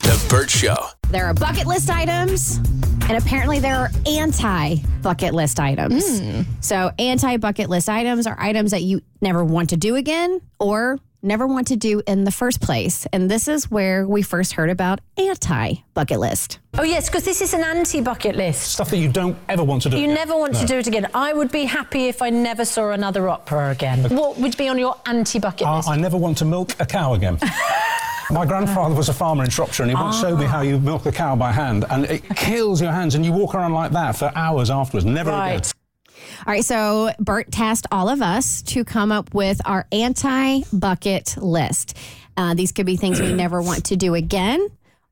The Burt Show. There are bucket list items, and apparently there are anti bucket list items. So, anti bucket list items are items that you never want to do again or never want to do in the first place. And this is where we first heard about anti bucket list. Oh, yes, because this is an anti bucket list. Stuff that you don't ever want to do. You again. never want No. to do it again. I would be happy if I never saw another opera again. What would be on your anti bucket I, list? I never want to milk a cow again. My grandfather was a farmer in Shropshire and he once Ah. showed me how you milk a cow by hand and it kills your hands and you walk around like that for hours afterwards. Never again. Right. All right, so Bert tasked all of us to come up with our anti bucket list. Uh, these could be things we never want to do again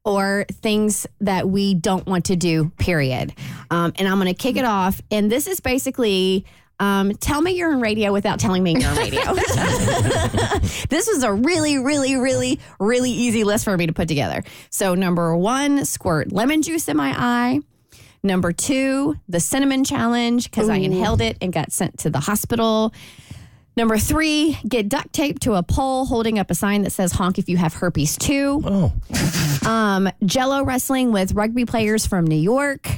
or things that we don't want to do, period. Um, and I'm going to kick it off. And this is basically. Um, tell me you're on radio without telling me you're on radio. this was a really, really, really, really easy list for me to put together. So, number one, squirt lemon juice in my eye. Number two, the cinnamon challenge, because I inhaled it and got sent to the hospital. Number three, get duct taped to a pole holding up a sign that says honk if you have herpes too. Oh. um, jello wrestling with rugby players from New York.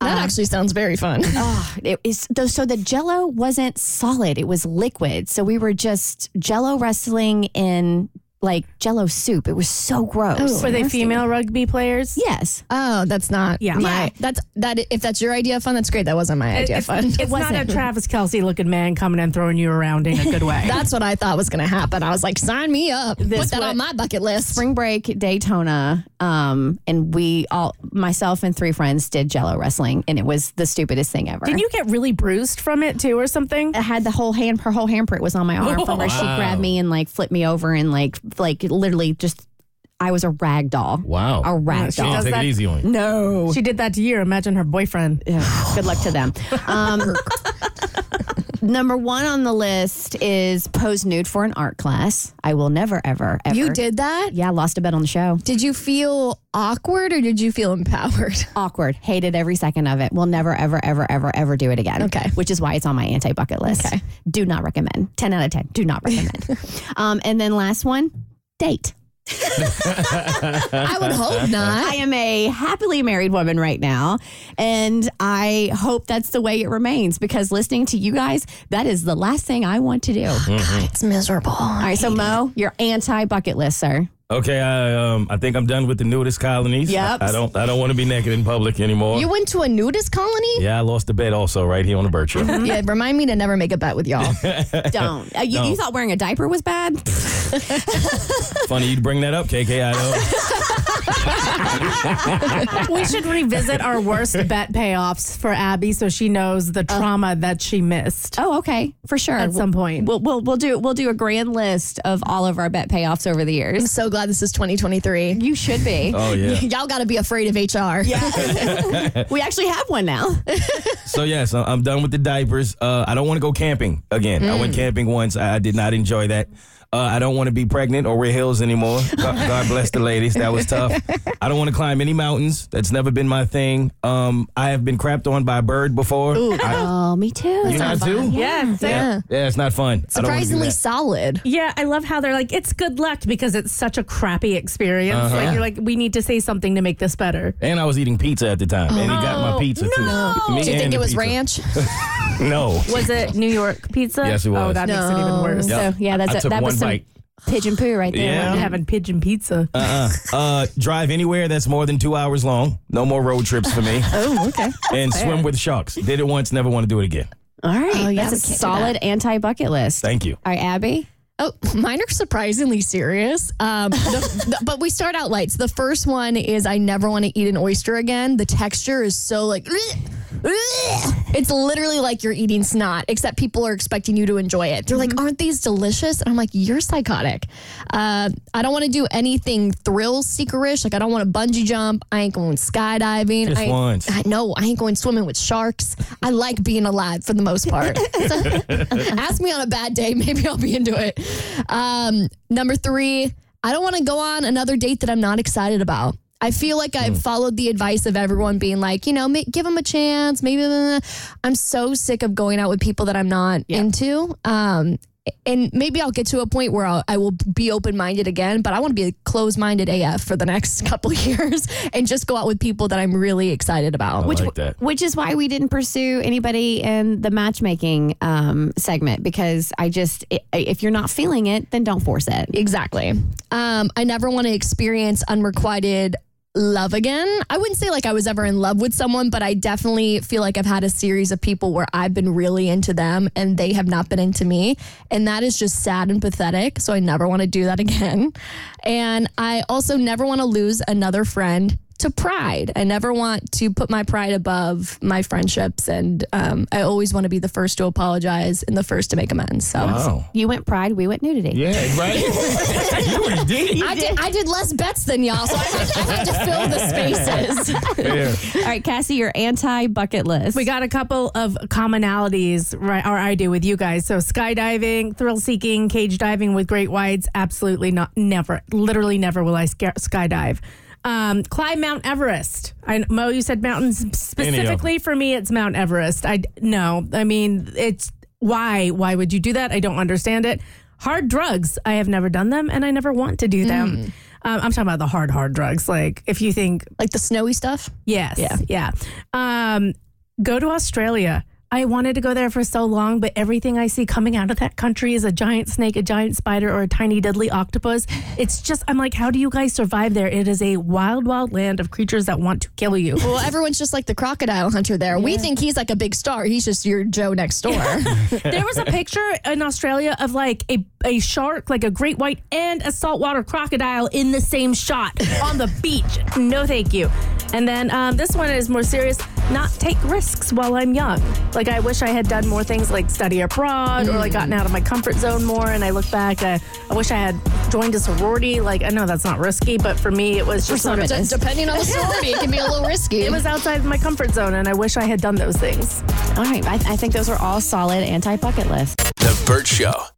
That actually sounds very fun. Oh, it is though. So the Jello wasn't solid; it was liquid. So we were just Jello wrestling in like Jello soup. It was so gross. Oh, Were they female rugby players? Yes. Oh, that's not. Yeah. my, That's that. If that's your idea of fun, that's great. That wasn't my idea of fun. It's not a Travis Kelsey looking man coming and throwing you around in a good way. that's what I thought was going to happen. I was like, sign me up. Put that what- on my bucket list. Spring break Daytona, um, and we all, myself and three friends, did Jello wrestling, and it was the stupidest thing ever. Did you get really bruised from it too, or something? I had the whole hand. Her whole handprint was on my arm Oh, from where she grabbed me and like flipped me over and like like literally just. I was a rag doll. Wow. A rag Yeah, doll. does Take that- it easy on you. No. She did that to you. Imagine her boyfriend. Yeah, good luck to them. Um, number one on the list is pose nude for an art class. I will never, ever, ever. You did that. Yeah, lost a bet on the show. Did you feel awkward or did you feel empowered? Awkward. Hated every second of it. Will never, ever, ever, ever, ever do it again. Okay. Which is why it's on my anti bucket list. Okay. Do not recommend. 10 out of 10. Do not recommend. um, and then last one date. I would hope I not. am a happily married woman right now, and I hope that's the way it remains because listening to you guys, that is the last thing I want to do. It's miserable. All right, so Mo, you're anti bucket list, sir. Okay, I um, I think I'm done with the nudist colonies. Yep. I, I don't I don't want to be naked in public anymore. You went to a nudist colony? yeah, I lost the bet also right here on the Burt Show. yeah. Remind me to never make a bet with y'all. Don't. Uh, you, you thought wearing a diaper was bad? Funny you bring that up, KK. I know. we should revisit our worst bet payoffs for Abby so she knows the trauma that she missed. Oh, okay, for sure. At some point. we'll, we'll we'll do we'll do a grand list of all of our bet payoffs over the I'm years. so glad this is 2023. You should be. Oh yeah. Y'all got to be afraid of HR. Yeah. We actually have one now. So yes, I- I'm done with the diapers. Uh, I don't want to go camping again. I Mm. went camping once. I I did not enjoy that. Uh, I don't want to be pregnant or wear heels anymore. God, God bless the ladies. That was tough. I don't want to climb any mountains. That's never been my thing. Um, I have been crapped on by a bird before. I, oh, me too. you not too? Yeah. Yeah. yeah, it's not fun. I don't wanna do Surprisingly that. solid. Yeah, I love how they're like, it's good luck because it's such a crappy experience. Like, you're like, we need to say something to make this better. And I was eating pizza at the time, and he got Oh, my pizza too. Me Do you and think the it was pizza. ranch? No. Was it New York pizza? Yes, it Oh, was. that makes it even worse. So yeah, that's I a, took that one was some bite. Pigeon poo right there. Yeah. I'm wasn't it? having pigeon pizza. Uh, uh, drive anywhere that's more than two hours long. No more road trips for me. Oh, okay. and swim with sharks. Did it once, never want to do it again. All right. Oh, yeah, we That's a can't do solid anti bucket list. Thank you. All right, Abby. Oh, mine are surprisingly serious. Um, the, the- but we start out light. So the first one is I never want to eat an oyster again. The texture is so like. It's literally like you're eating snot, except people are expecting you to enjoy it. They're like, aren't these delicious? And I'm like, you're psychotic. Uh, I don't want to do anything thrill seekerish. Like, I don't want to bungee jump. I ain't going skydiving. Just I, once. I know. I ain't going swimming with sharks. I like being alive for the most part. Ask me on a bad day, maybe I'll be into it. Um, number three, I don't want to go on another date that I'm not excited about. I feel like I've followed the advice of everyone being like, you know, ma- give them a chance. Maybe uh, I'm so sick of going out with people that I'm not into. Um, and maybe I'll get to a point where I'll, I will be open minded again, but I want to be closed minded AF for the next couple years and just go out with people that I'm really excited about. I Which like that. Which is why we didn't pursue anybody in the matchmaking um, segment because I just, i if you're not feeling it, then don't force it. Exactly. Um, I never want to experience unrequited love again. I wouldn't say like I was ever in love with someone, but I definitely feel like I've had a series of people where I've been really into them and they have not been into me. And that is just sad and pathetic. So I never want to do that again. And I also never want to lose another friend to pride. I never want to put my pride above my friendships. And um, I always want to be the first to apologize and the first to make amends. So Wow. You went pride, we went nudity. Oh. Yeah, right? you already did it. I did, I did less bets than y'all, so I had to, I had to fill the spaces. Yeah. All right, Cassie, your anti bucket list. We got a couple of commonalities, right? Or I do with you guys. So skydiving, thrill seeking, cage diving with great whites. Absolutely not. Never. Literally never will I sca- skydive. Um, climb Mount Everest. I, Mo, you said mountains them. specifically for me. It's Mount Everest. I no. I mean, it's why? Why would you do that? I don't understand it. Hard drugs. I have never done them, and I never want to do them. Um, I'm talking about the hard, hard drugs. Like if you think Like the snowy stuff. Yes. Yeah. Yeah. Um, go to Australia. I wanted to go there for so long, but everything I see coming out of that country is a giant snake, a giant spider, or a tiny deadly octopus. It's just, I'm like, how do you guys survive there? It is a wild, wild land of creatures that want to kill you. Well, everyone's just like the crocodile hunter there. We think he's like a big star. He's just your Joe next door. there was a picture in Australia of like a, a shark, like a great white, and a saltwater crocodile in the same shot on the beach. No, thank you. And then um, this one is more serious. Not take risks while I'm young. Like I wish I had done more things like study abroad or like gotten out of my comfort zone more. And I look back, I, I wish I had joined a sorority. Like I know that's not risky, but for me it was just sort of D- depending on the story, it can be a little risky. it was outside of my comfort zone, and I wish I had done those things. all right, I, I think those are all solid anti bucket lists. The Burt Show.